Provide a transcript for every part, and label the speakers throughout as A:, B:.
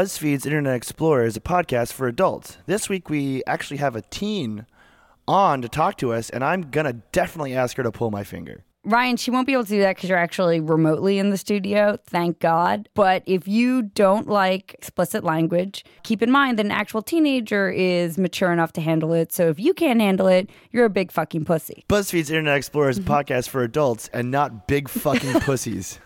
A: BuzzFeed's Internet Explorer is a podcast for adults. This week we actually have a teen on to talk to us, and I'm gonna definitely ask her to pull my finger.
B: Ryan, she won't be able to do that because you're actually remotely in the studio, thank God. But if you don't like explicit language, keep in mind that an actual teenager is mature enough to handle it. So if you can't handle it, you're a big fucking pussy.
A: BuzzFeed's Internet Explorer is a podcast for adults and not big fucking pussies.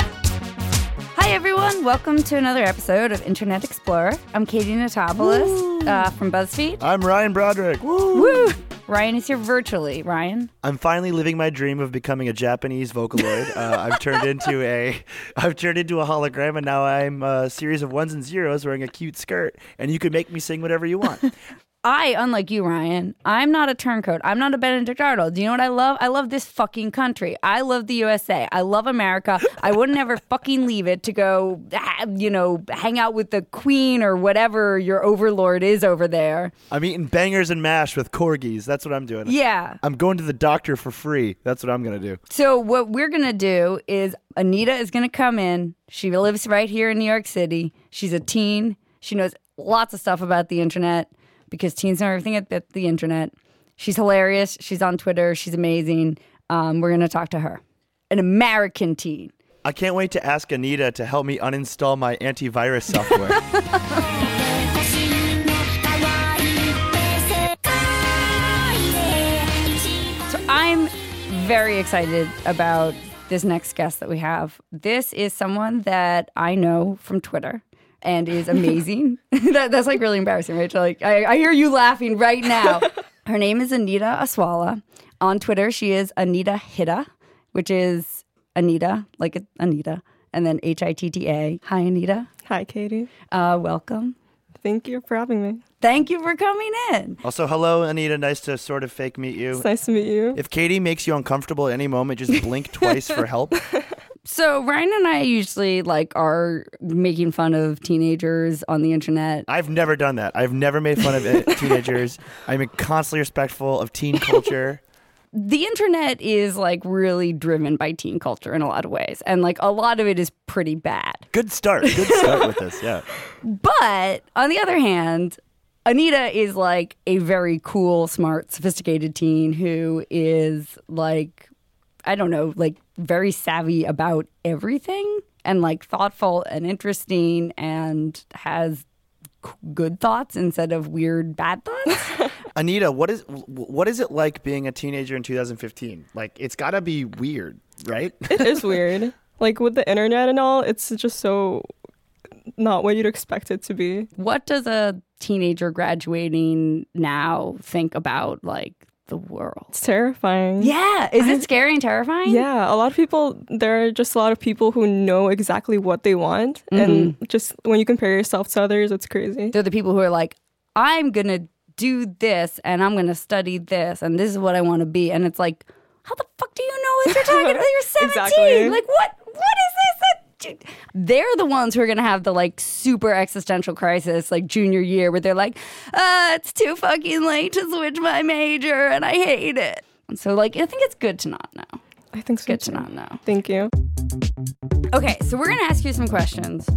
B: Hi, everyone. Welcome to another episode of Internet Explorer. I'm Katie Natopoulos uh, from BuzzFeed.
A: I'm Ryan Broderick. Woo!
B: Woo! Ryan is here virtually. Ryan,
A: I'm finally living my dream of becoming a Japanese Vocaloid. uh, I've turned into a, I've turned into a hologram, and now I'm a series of ones and zeros wearing a cute skirt, and you can make me sing whatever you want.
B: I, unlike you, Ryan, I'm not a turncoat. I'm not a Benedict Arnold. Do you know what I love? I love this fucking country. I love the USA. I love America. I wouldn't ever fucking leave it to go, ah, you know, hang out with the queen or whatever your overlord is over there.
A: I'm eating bangers and mash with corgis. That's what I'm doing.
B: Yeah.
A: I'm going to the doctor for free. That's what I'm gonna do.
B: So what we're gonna do is Anita is gonna come in. She lives right here in New York City. She's a teen. She knows lots of stuff about the internet because teens know everything at the, the internet. She's hilarious. She's on Twitter. She's amazing. Um, we're gonna talk to her, an American teen.
A: I can't wait to ask Anita to help me uninstall my antivirus software.
C: 私の可愛い世界で一番
B: So I'm very excited about this next guest that we have. This is someone that I know from Twitter and is amazing. that, that's like really embarrassing, Rachel. Like I, I hear you laughing right now. Her name is Anita Aswala. On Twitter, she is Anita Hitta, which is Anita, like it- Anita, and then H I T T A. Hi, Anita.
D: Hi, Katie.
B: Uh, welcome.
D: Thank you for having me.
B: Thank you for coming in.
A: also, hello, Anita. Nice to sort of fake meet you.
D: It's nice to meet you.
A: If Katie makes you uncomfortable at any moment, just blink twice for help.
B: So Ryan and I usually like are making fun of teenagers on the internet.
A: I've never done that. I've never made fun of it- teenagers. I'm constantly respectful of teen culture.
B: the internet is like really driven by teen culture in a lot of ways and like a lot of it is pretty bad
A: Good start. Good start with this. Yeah.
B: but on the other hand anita is like a very cool smart sophisticated teen who is like i don't know like very savvy about everything and like thoughtful and interesting and has c- good thoughts instead of weird bad thoughts
A: Anita, what is wh- what is it like being a teenager in 2015? Like, it's got to be weird, right?
D: It is weird. Like with the internet and all, it's just so not what you'd expect it to be.
B: what does a teenager graduating now think about like the world?
D: It's terrifying.
B: Yeah, is it scary and terrifying?
D: Yeah, a lot of people, there are just a lot of people who know exactly what they want.
B: Mm-hmm.
D: And just when you compare yourself to others, it's crazy.
B: They're the people who are like, I'm going to do this and I'm going to study this and this is what I want to be and it's like, how the fuck do you know what you're talking about? You're 17.
D: Exactly.
B: Like what what is this? That- They're the ones who are going to have the like super existential crisis like junior year where they're like, uh, it's too fucking late to switch my major and I hate it. And so like I think it's good to not know.
D: I think so.
B: Good to
D: too.
B: not know.
D: Thank you.
B: Okay, so we're gonna ask you some questions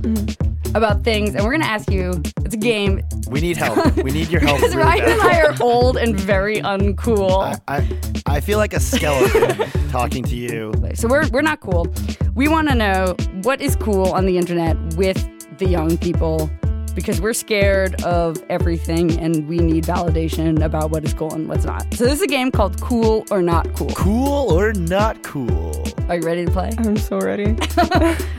B: about things, and we're gonna ask you. It's a game
A: We need help. We need your help.
B: because
A: really
B: Ryan
A: bad.
B: and I are old and very uncool.
A: I, I feel like a skeleton talking to you.
B: So we're we're not cool. We want to know what is cool on the internet with the young people because we're scared of everything and we need validation about what is cool and what's not. So this is a game called Cool or Not Cool.
A: Cool or not cool?
B: Are you ready to play?
D: I'm so ready.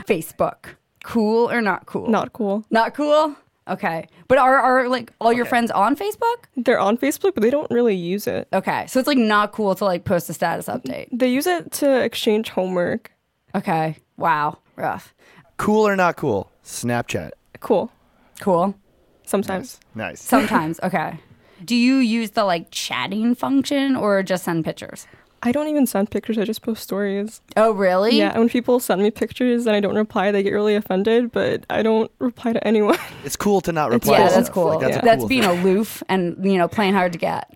B: Facebook. Cool or not cool?
D: not cool.
B: Not cool? Okay. But are are like all your friends on Facebook?
D: They're on Facebook, but they don't really use it.
B: Okay. So it's like not cool to like post a status update.
D: They use it to exchange homework.
B: Okay. Wow. Rough.
A: Cool or not cool? Snapchat.
D: Cool.
B: Cool.
D: Sometimes.
A: Nice.
B: Sometimes. okay. Do you use the like chatting function or just send pictures?
D: I don't even send pictures, I just post stories.
B: Oh, really?
D: Yeah, and when people send me pictures and I don't reply, they get really offended, but I don't reply to anyone.
A: it's cool to not reply.
B: Yeah,
A: to
B: that's
A: stuff.
B: cool.
A: Like, that's
B: that's
A: a cool
B: being
A: thing.
B: aloof and you know playing hard to get.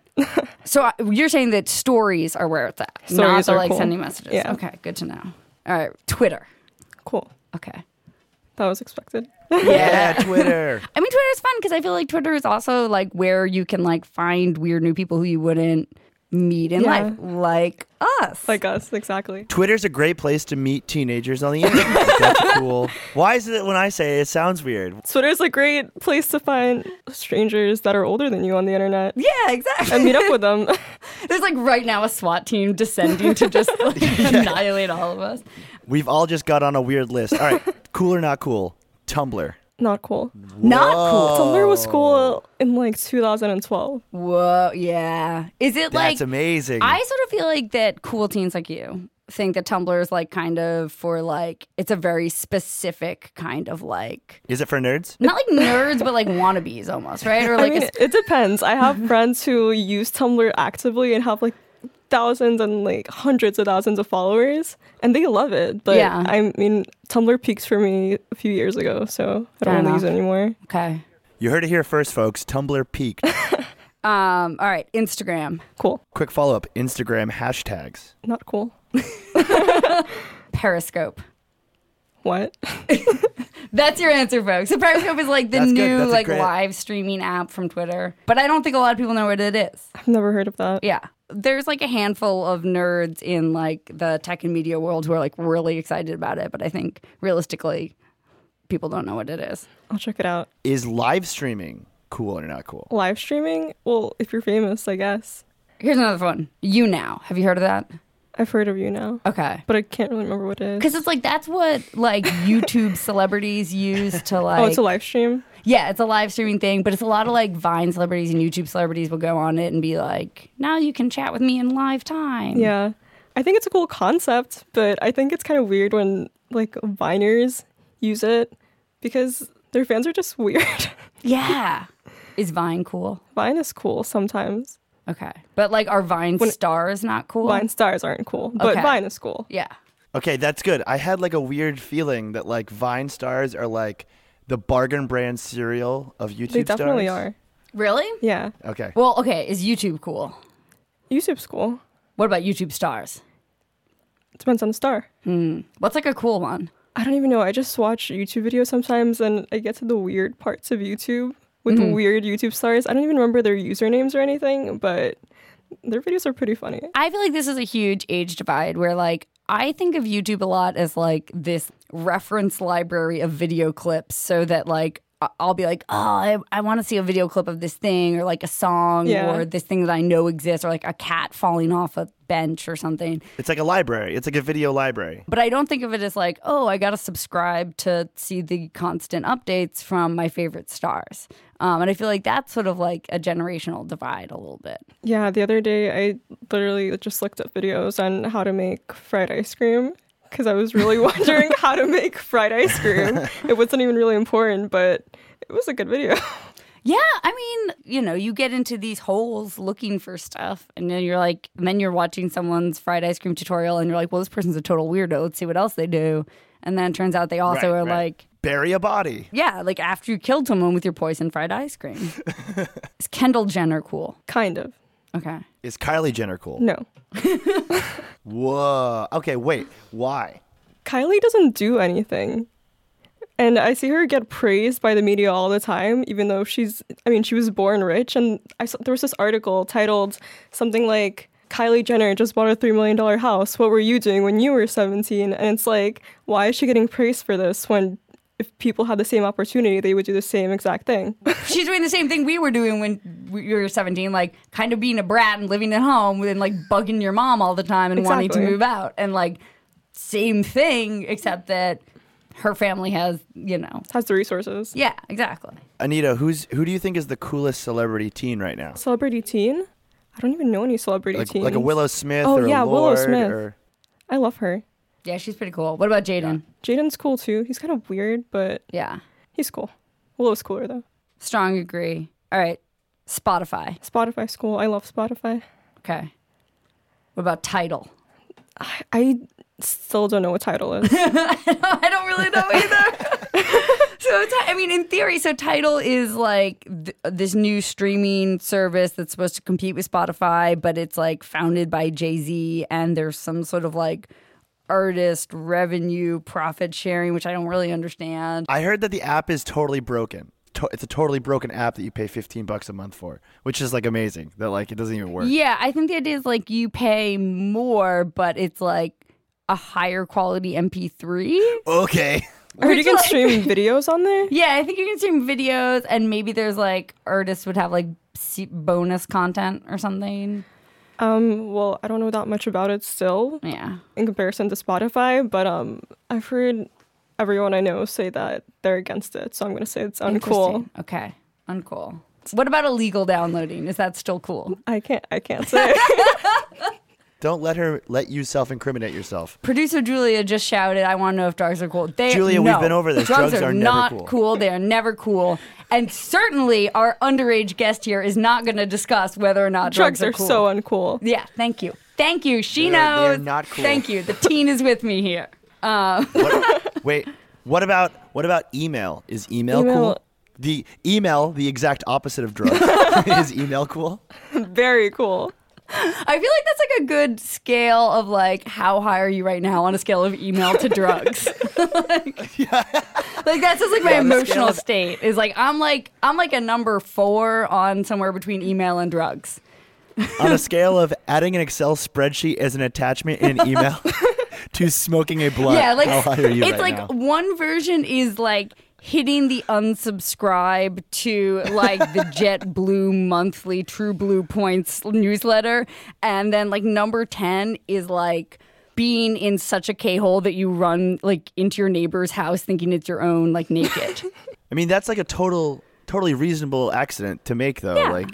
B: so uh, you're saying that stories are where it's at, not
D: Stories
B: the
D: are
B: like
D: cool.
B: sending messages.
D: Yeah.
B: Okay, good to know. All right, Twitter.
D: Cool.
B: Okay.
D: That was expected.
A: Yeah, Twitter.
B: I mean, Twitter's fun because I feel like Twitter is also like where you can like find weird new people who you wouldn't meet in life,
D: Yeah.
B: like us.
D: Like us, exactly.
A: Twitter's a great place to meet teenagers on the internet. Like, That's cool. Why is it when I say it, it sounds weird?
D: Twitter's a great place to find strangers that are older than you on the internet
B: yeah, exactly.
D: and meet up with them.
B: There's like right now a SWAT team descending to just like annihilate all of us.
A: We've all just got on a weird list. All right, cool or not cool? Tumblr.
D: Not cool.
B: Not cool.
D: Tumblr was cool in like 2012.
B: Whoa, yeah. Is it
A: That's
B: like
A: amazing.
B: I sort of feel like that cool teens like you think that Tumblr is like kind of for like it's a very specific kind of like
A: is it for nerds?
B: not like nerds but like wannabes almost, right? Or like
D: I mean,
B: it's-
D: it depends. I have friends who use Tumblr actively and have like thousands and like hundreds of thousands of followers, and they love it. But
B: Yeah.
D: I mean, Tumblr peaked for me a few years ago, so I don't
B: Fair
D: really use it
B: enough.
D: anymore.
B: okay.
A: You heard it here first, folks. Tumblr peaked.
B: Um all right, Instagram.
D: Cool,
A: Quick follow up Instagram hashtags.
D: not cool.
B: Periscope.
D: What?
B: That's your answer, folks. So Periscope is like the
A: That's good.
B: new
A: That's a
B: like
A: great-
B: live streaming app from Twitter. But I don't think a lot of people know what it is.
D: I've never heard of that.
B: Yeah. There's like a handful of nerds in like the tech and media world who are like really excited about it, but I think realistically people don't know what it is.
D: I'll check it out.
A: Is live streaming cool or not cool?
D: Live streaming? Well, if you're famous, I guess.
B: Here's another one. You now. Have you heard of that?
D: I've heard of you now,
B: Okay.
D: but I can't really remember what it is.
B: Cuz it's like that's what like YouTube celebrities use to like
D: oh, it's a live stream.
B: Yeah, it's a live streaming thing, but it's a lot of like Vine celebrities and YouTube celebrities will go on it and be like, "Now you can chat with me in live time."
D: Yeah. I think it's a cool concept, but I think it's kind of weird when like Viners use it because their fans are just weird.
B: Yeah. Is Vine cool?
D: Vine is cool sometimes.
B: Okay. But like are Vine stars not cool?
D: Vine stars aren't cool, but
B: Okay.
D: Vine is cool.
B: Yeah.
A: Okay, that's good. I had like a weird feeling that like Vine stars are like the bargain brand cereal of YouTube
D: They definitely
A: stars.
D: are.
B: Really?
D: Yeah.
A: Okay.
B: Well, okay, is YouTube cool?
D: YouTube's cool.
B: What about YouTube stars?
D: Depends on the star.
B: What's like a cool one?
D: I don't even know. I just watch YouTube videos sometimes and I get to the weird parts of YouTube with weird YouTube stars. I don't even remember their usernames or anything, but their videos are pretty funny.
B: I feel like this is a huge age divide where like I think of YouTube a lot as like this reference library of video clips so that like I- I'll be like, oh, I, I want to see a video clip of this thing or like a song
D: Yeah.
B: or this thing that I know exists or like a cat falling off a bench or something.
A: It's like a library. It's like a video library.
B: But I don't think of it as like, oh, I got to subscribe to see the constant updates from my favorite stars. Um, and I feel like that's sort of like a generational divide a little bit.
D: Yeah, the other day I literally just looked up videos on how to make fried ice cream because I was really wondering how to make fried ice cream. It wasn't even really important, but it was a good video.
B: Yeah, I mean, you know, you get into these holes looking for stuff, and then you're like, and then you're watching someone's fried ice cream tutorial, and you're like, well, this person's a total weirdo. Let's see what else they do. And then it turns out they also
A: Right,
B: are
A: right.
B: like,
A: Bury a body.
B: yeah, like after you killed someone with your poison fried ice cream. Is Kendall Jenner cool?
D: kind of.
B: Okay.
A: Is Kylie Jenner cool?
D: No.
A: Whoa. Okay, wait. Why?
D: Kylie doesn't do anything. And I see her get praised by the media all the time, even though she's, I mean, she was born rich. And I saw, there was this article titled something like, Kylie Jenner just bought a $3 million house. What were you doing when you were 17? And it's like, why is she getting praised for this when if people had the same opportunity, they would do the same exact thing?
B: She's doing the same thing we were doing when we were 17, like kind of being a brat and living at home and like bugging your mom all the time and wanting to
D: Exactly.
B: move out. And like, same thing, except that her family has, you know.
D: Has the resources.
B: Yeah, exactly.
A: Anita, who's who do you think is the coolest celebrity teen right now?
D: Celebrity teen? I don't even know any celebrity
A: Like,
D: teens.
A: like a Willow Smith
D: Oh,
A: or
D: yeah,
A: a
D: Willow
A: Lorde
D: Smith.
A: or
D: I love her.
B: Yeah, she's pretty cool. What about Jaden?
D: Jaden's cool too. He's kind of weird, but
B: Yeah.
D: he's cool. Willow's cooler though.
B: Strong agree. All right. Spotify.
D: Spotify school. I love Spotify.
B: Okay. What about Title?
D: I still don't know what title is.
B: I don't really know either. so it's- I mean, in theory, so Title is like th- this new streaming service that's supposed to compete with Spotify, but it's like founded by Jay Z, and there's some sort of like artist revenue profit sharing, which I don't really understand.
A: I heard that the app is totally broken. To- it's a totally broken app that you pay 15 bucks a month for, which is like amazing that like it doesn't even work.
B: Yeah, I think the idea is like you pay more, but it's like a higher quality MP3.
A: Okay.
D: I heard you can stream videos on there.
B: Yeah, I think you can stream videos, and maybe there's like artists would have like se- bonus content or something.
D: Um, well, I don't know that much about it still
B: Yeah.
D: in comparison to Spotify, but um, I've heard everyone I know say that they're against it, so I'm gonna say it's uncool.
B: Interesting. Okay. Uncool. What about illegal downloading? Is that still cool?
D: I can't, I can't say.
A: Don't let her let you self incriminate yourself.
B: Producer Julia just shouted, "I want to know if drugs are cool." They,
A: Julia,
B: no.
A: we've been over this.
B: Drugs,
A: Drugs
B: are,
A: are never
B: not
A: cool.
B: They are never cool. And certainly, our underage guest here is not going to discuss whether or not drugs,
D: Drugs are
B: cool.
D: so uncool.
B: yeah. Thank you. Thank you. She
A: They are- they are
B: knows.
A: not cool.
B: Thank you. The teen is with me here.
A: What, wait, what about what about email? Is email,
D: Email-
A: cool? The email, the exact opposite of drugs. is email cool?
D: Very cool.
B: I feel like that's like a good scale of like how high are you right now on a scale of email to drugs. like, like that's just like my
A: the scale
B: emotional
A: of-
B: state is like I'm like I'm like a number four on somewhere between email and drugs.
A: On a scale of adding an Excel spreadsheet as an attachment in an email to smoking a blunt.
B: yeah, like
A: how high are you
B: it's
A: right
B: like
A: now?
B: one version is like hitting the unsubscribe to like the JetBlue monthly True Blue points newsletter, and then like number ten is like being in such a K hole that you run like into your neighbor's house thinking it's your own, like naked.
A: I mean, that's like a total, totally reasonable accident to make, though.
B: Yeah.
A: Like,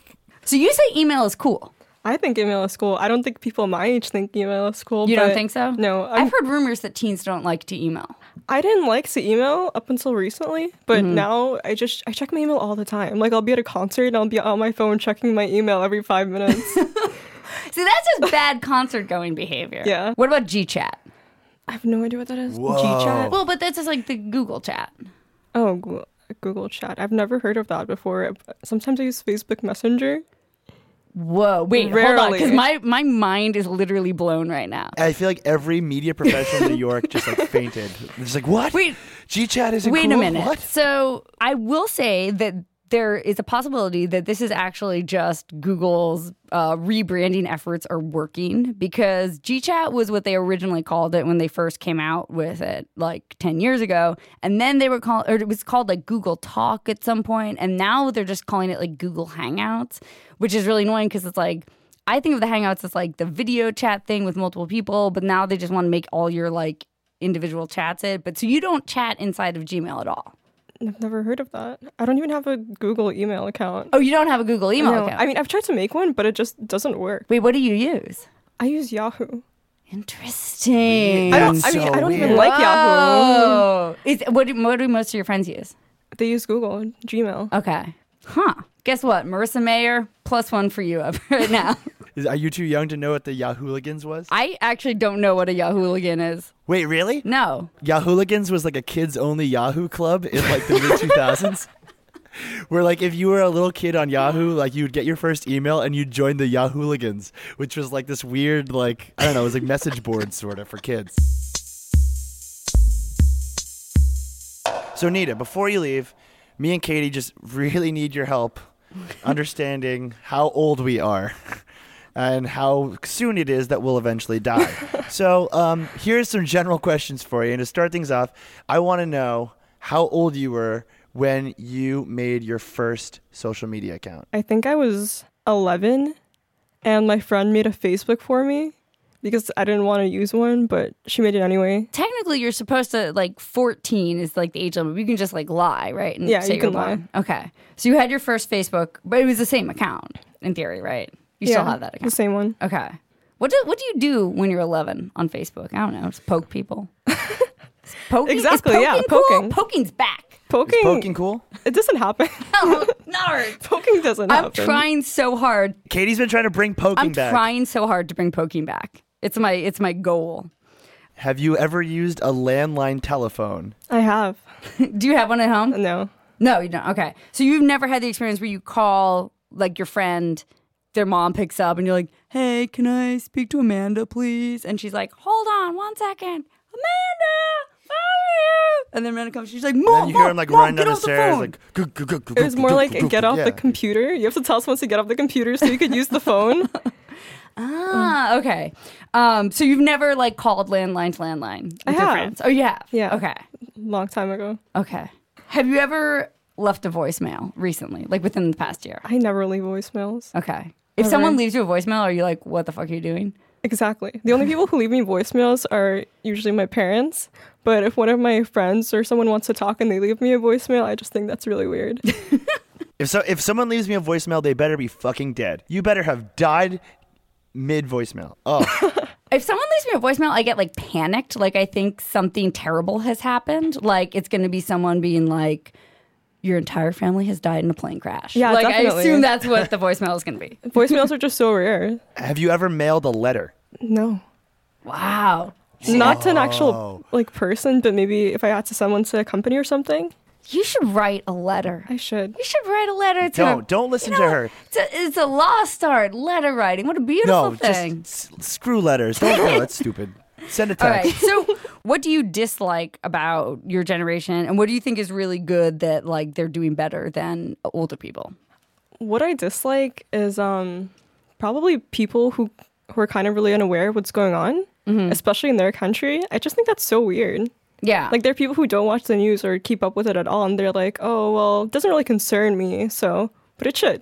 B: so you say email is cool.
D: I think email is cool. I don't think people my age think email is cool.
B: You
D: but-
B: don't think so?
D: No,
B: i
D: I'm,
B: have heard rumors that teens don't like to email.
D: I didn't like to email up until recently, but now I just I check my email all the time. Like I'll be at a concert and I'll be on my phone checking my email every five minutes.
B: See, that's just bad concert going behavior.
D: Yeah.
B: What about GChat?
D: I have no idea what that is.
A: Whoa.
D: GChat.
B: Well, but that's just like the Google chat.
D: Oh, Google, Google Chat. I've never heard of that before. Sometimes I use Facebook Messenger.
B: Whoa, wait, hold on,
D: Rarely.
B: because my, my mind is literally blown right now.
A: I feel like every media professional in New York just like fainted. It's like, what?
B: Wait.
A: GChat isn't
B: Wait
A: cool?
B: a minute.
A: What?
B: So I will say that there is a possibility that this is actually just Google's uh, rebranding efforts are working because GChat was what they originally called it when they first came out with it like 10 years ago. And then they were called, or it was called like Google Talk at some point, And now they're just calling it like Google Hangouts, which is really annoying because it's like, I think of the Hangouts as like the video chat thing with multiple people, but now they just want to make all your like individual chats it. But so you don't chat inside of Gmail at all.
D: I've never heard of that. I don't even have a Google email account.
B: Oh, you don't have a Google email
D: No,
B: account.
D: I mean I've tried to make one, but it just doesn't work.
B: Wait, what do you use?
D: I use Yahoo.
B: Interesting.
D: I don't.
A: That's
D: I mean
A: so
D: I don't even
A: weird.
D: like Yahoo.
B: Oh, is what? do- What do most of your friends use?
D: They use Google Gmail.
B: Okay. Huh. Guess what? Marissa Mayer, plus one for you up right now.
A: Is- Are you too young to know what the Yahooligans was?
B: I actually don't know what a Yahooligан is.
A: Wait, really?
B: No.
A: Yahooligans was like a kids only Yahoo club in like the mid 2000s. Where like if you were a little kid on Yahoo, like you'd get your first email and you'd join the Yahooligans, which was like this weird like I don't know, it was like message board sort of for kids. So Nita, before you leave, me and Katie just really need your help understanding how old we are and how soon it is that we'll eventually die. so, um, here's some general questions for you. And to start things off, I want to know how old you were when you made your first social media account.
D: I think I was 11 and my friend made a Facebook for me because I didn't want to use one, but she made it anyway.
B: Technically, you're supposed to like 14 is like the age limit. but You can just like lie, right? And
D: Yeah,
B: say
D: you can
B: you're blind. Okay. So you had your first Facebook, but it was the same account in theory, right? You still have that
D: The
B: account.
D: same one.
B: Okay. What do what do you do when you're 11 on Facebook? I don't know. Just poke people. Is poking, is
D: Exactly, yeah,
B: poking cool?
D: poking.
B: Poking's back.
A: Is
D: Poking,
A: poking cool?
D: it doesn't happen.
B: Oh, nard.
D: poking doesn't
B: I'm
D: happen.
B: trying so hard.
A: Katie's been trying to bring poking
B: I'm
A: back.
B: trying so hard to bring poking back. It's my it's my goal.
A: Have you ever used a landline telephone?
D: I have.
B: Do you have one at home?
D: No.
B: No, you don't. Okay. So you've never had the experience where you call like your friend their mom picks up and you're like, hey, can I speak to Amanda, please? And she's like, hold on one second. Amanda, how are you? And then Amanda comes, she's like, mom,
A: Then you hear him
B: mom,
A: like
B: mom,
A: running
B: get
A: down the
B: off
A: stairs,
B: phone.
A: like. "Gug, gug, gug, gug,
D: It was
A: gug,
D: more
A: gug,
D: like
A: gug,
D: get
A: gug."
D: off
A: Yeah.
D: the computer. You have to tell someone to get off the computer so you could use the phone.
B: Ah, okay. Um, so you've never like called landline to landline with
D: I
B: your
D: have.
B: friends? Oh, you have?
D: Yeah.
B: Okay.
D: Long time ago.
B: Okay. Have you ever left a voicemail recently, like within the past year?
D: I never leave voicemails.
B: Okay. If someone leaves you a voicemail, are you like, what the fuck are you doing?
D: Exactly. The only people who leave me voicemails are usually my parents. But if one of my friends or someone wants to talk and they leave me a voicemail, I just think that's really weird.
A: If so, if someone leaves me a voicemail, they better be fucking dead. You better have died mid voicemail. Oh,
B: If someone leaves me a voicemail, I get like panicked. Like I think something terrible has happened. Like it's going to be someone being like, your entire family has died in a plane crash.
D: Yeah,
B: like I
D: definitely.
B: assume that's what the voicemail is going to be.
D: voicemails are just so rare.
A: have you ever mailed a letter?
D: No.
B: Wow.
D: Not to an actual like person, but maybe if I had to someone to a company or something,
B: You should write a letter.
D: I should.
B: You should write a letter to
A: Don't. Don't listen
B: you
A: to
B: know,
A: her.
B: It's a, it's a lost art, letter writing. What a beautiful
A: no,
B: thing.
A: just s- screw letters. Don't mail. That's stupid. Send a
B: All
A: text.
B: right. So, what do you dislike about your generation, and what do you think is really good that like they're doing better than older people?
D: What I dislike is um probably people who who are kind of really unaware of what's going on, especially in their country. I just think that's so weird.
B: Yeah.
D: Like there are people who don't watch the news or keep up with it at all, and they're like, "Oh well, it doesn't really concern me, so but it should."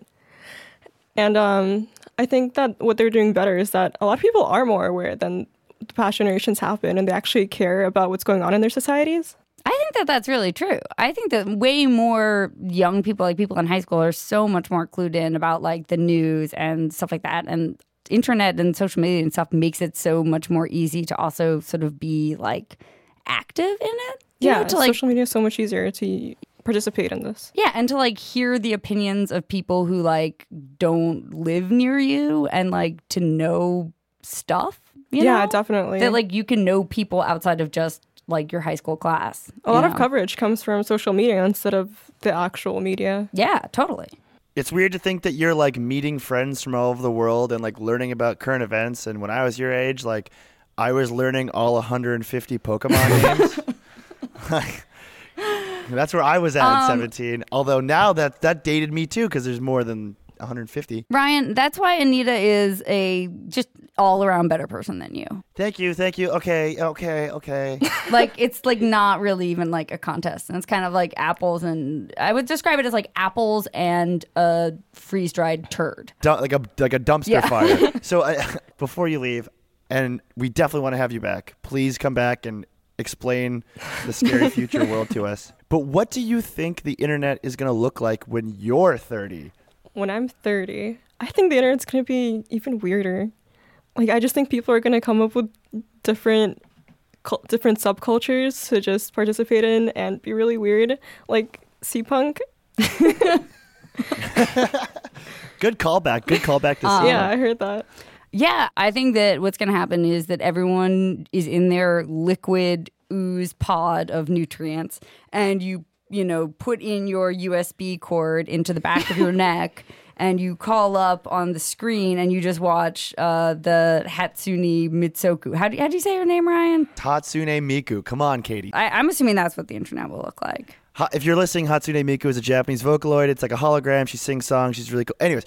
D: And um, I think that what they're doing better is that a lot of people are more aware than the past generations have been, and they actually care about what's going on in their societies.
B: I think that that's really true. I think that way more young people, like people in high school, are so much more clued in about like the news and stuff like that. And internet and social media and stuff makes it so much more easy to also sort of be like active in it. You know,
D: yeah,
B: to like
D: social media is so much easier to participate in this.
B: Yeah, and to like hear the opinions of people who like don't live near you and like to know stuff. You
D: yeah,
B: know?
D: definitely.
B: That like you can know people outside of just like your high school class.
D: a
B: you
D: lot of
B: know?
D: coverage comes from social media instead of the actual media.
B: Yeah, totally.
A: It's weird to think that you're like meeting friends from all over the world and like learning about current events. And when I was your age, like I was learning all 150 Pokemon names. Like, That's where I was at
B: Um,
A: at 17. Although now that that dated me too because there's more than 150.
B: Ryan, that's why Anita is a just all around better person than you.
A: Thank you, thank you. Okay, okay, okay.
B: Like it's like not really even like a contest. And it's kind of like apples and I would describe it as like apples and a freeze dried turd.
A: du- like a like a dumpster
B: Yeah.
A: fire. So I, before you leave, and we definitely want to have you back. Please come back and explain the scary future world to us. But what do you think the internet is going to look like when you're 30?
D: when I'm 30, I think the internet's going to be even weirder. Like I just think people are going to come up with different cul- different subcultures to just participate in and be really weird, like C punk.
A: Good callback. Good callback to see.
D: Uh, yeah, I heard that.
B: Yeah, I think that what's going to happen is that everyone is in their liquid ooze pod of nutrients, and you, you know, put in your USB cord into the back of your neck, and you call up on the screen, and you just watch uh, the Hatsune Mitsoku. How do, how do you say her name, Ryan?
A: Hatsune Miku. Come on, Katie.
B: I, I'm assuming that's what the internet will look like.
A: Ha- if you're listening, Hatsune Miku is a Japanese vocaloid. It's like a hologram. She sings songs. She's really cool. Anyways,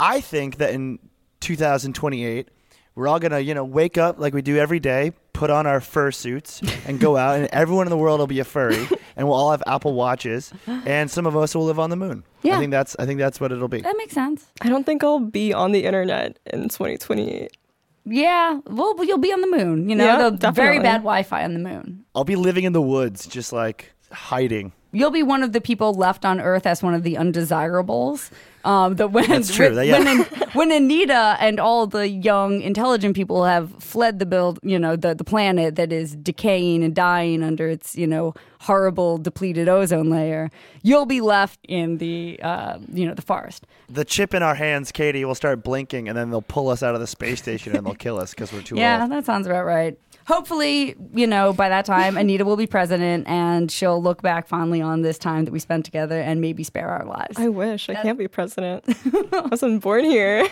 A: I think that in 2028, we're all gonna, you know, wake up like we do every day, put on our fur suits, and go out, and everyone in the world will be a furry, and we'll all have Apple watches, and some of us will live on the moon.
B: Yeah.
A: I think that's I think that's what it'll be.
B: That makes sense.
D: I don't think I'll be on the internet in 2028.
B: Yeah, well, you'll be on the moon. You know,
D: Yeah,
B: the very
D: definitely.
B: bad Wi-Fi on the moon.
A: I'll be living in the woods, just like hiding.
B: you'll be one of the people left on Earth as one of the undesirables. Um, that when
A: That's true, that- yeah.
B: when, when Anita and all the young intelligent people have fled the build, you know, the the planet that is decaying and dying under its you know horrible depleted ozone layer, you'll be left in the uh, you know the forest.
A: The chip in our hands, Katie, will start blinking, and then they'll pull us out of the space station and they'll kill us because we're too
B: Yeah,
A: old.
B: that sounds about right. Hopefully, you know, by that time, Anita will be president and she'll look back fondly only on this time that we spent together and maybe spare our lives.
D: I wish I can't be president. I wasn't born here.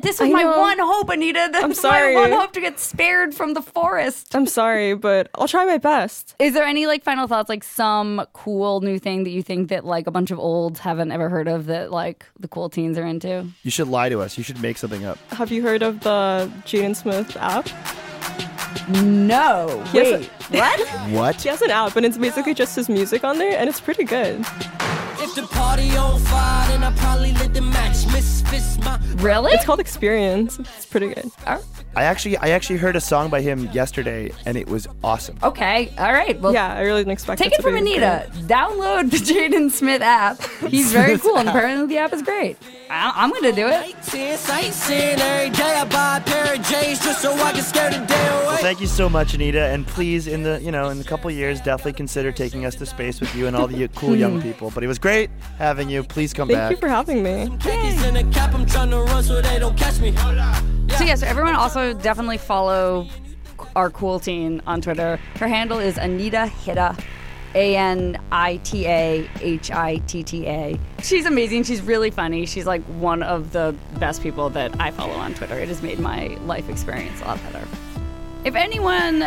B: this was
D: I
B: my
D: know.
B: one hope, Anita. That
D: I'm
B: was
D: sorry.
B: My one hope to get spared from the forest.
D: I'm sorry, but I'll try my best.
B: Is there any like final thoughts, like some cool new thing that you think that like a bunch of olds haven't ever heard of that like the cool teens are into?
A: You should lie to us. You should make something up.
D: Have you heard of the Jaden Smith app?
B: No.
D: Yes.
B: Wait. What?
A: What?
D: He has an app, and it's basically just his music on there, and it's pretty good.
E: If the party on fire, then I probably lit the match. Misfits, my
B: really?
D: It's called Experience. It's pretty good.
A: I actually I actually heard a song by him yesterday and it was awesome.
B: Okay. All right. Well,
D: Yeah, I really didn't expect.
B: Take
D: it
B: it
D: to
B: from
D: be
B: Anita. Download the Jaden Smith app. He's very cool, and apparently the app is great. I- I'm gonna do it.
E: sightseeing, sightseeing. Every day I buy a pair of J's just so I can scare the day away.
A: Thank you so much, Anita, and please, in the you know, in a couple years, definitely consider taking us to space with you and all the y- cool young people. But it was great having you. Please come
D: Good. Thank
A: back.
D: you for having me.
E: Khakis in a cap, I'm trying to run so they don't catch me.
B: So yeah, so everyone also definitely follow our cool teen on Twitter. Her handle is Anita Hitta. A N I T A H I T T A. She's amazing. She's really funny. She's like one of the best people that I follow on Twitter. It has made my life experience a lot better. If anyone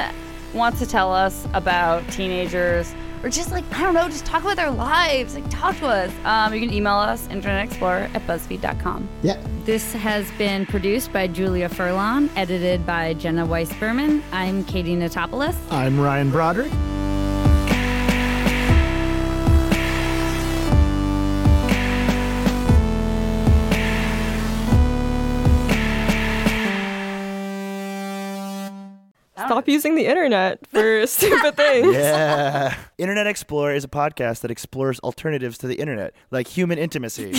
B: wants to tell us about teenagers or just like, I don't know, just talk about their lives, like talk to us, um, you can email us, internetexplorer at buzzfeed.com.
F: This has been produced by Julia Furlon, edited by Jenna Weiss Berman. I'm Katie Natopoulos.
G: I'm Ryan Broderick.
D: Stop using the internet for stupid things.
A: Yeah. Internet Explorer is a podcast that explores alternatives to the internet, like human intimacy.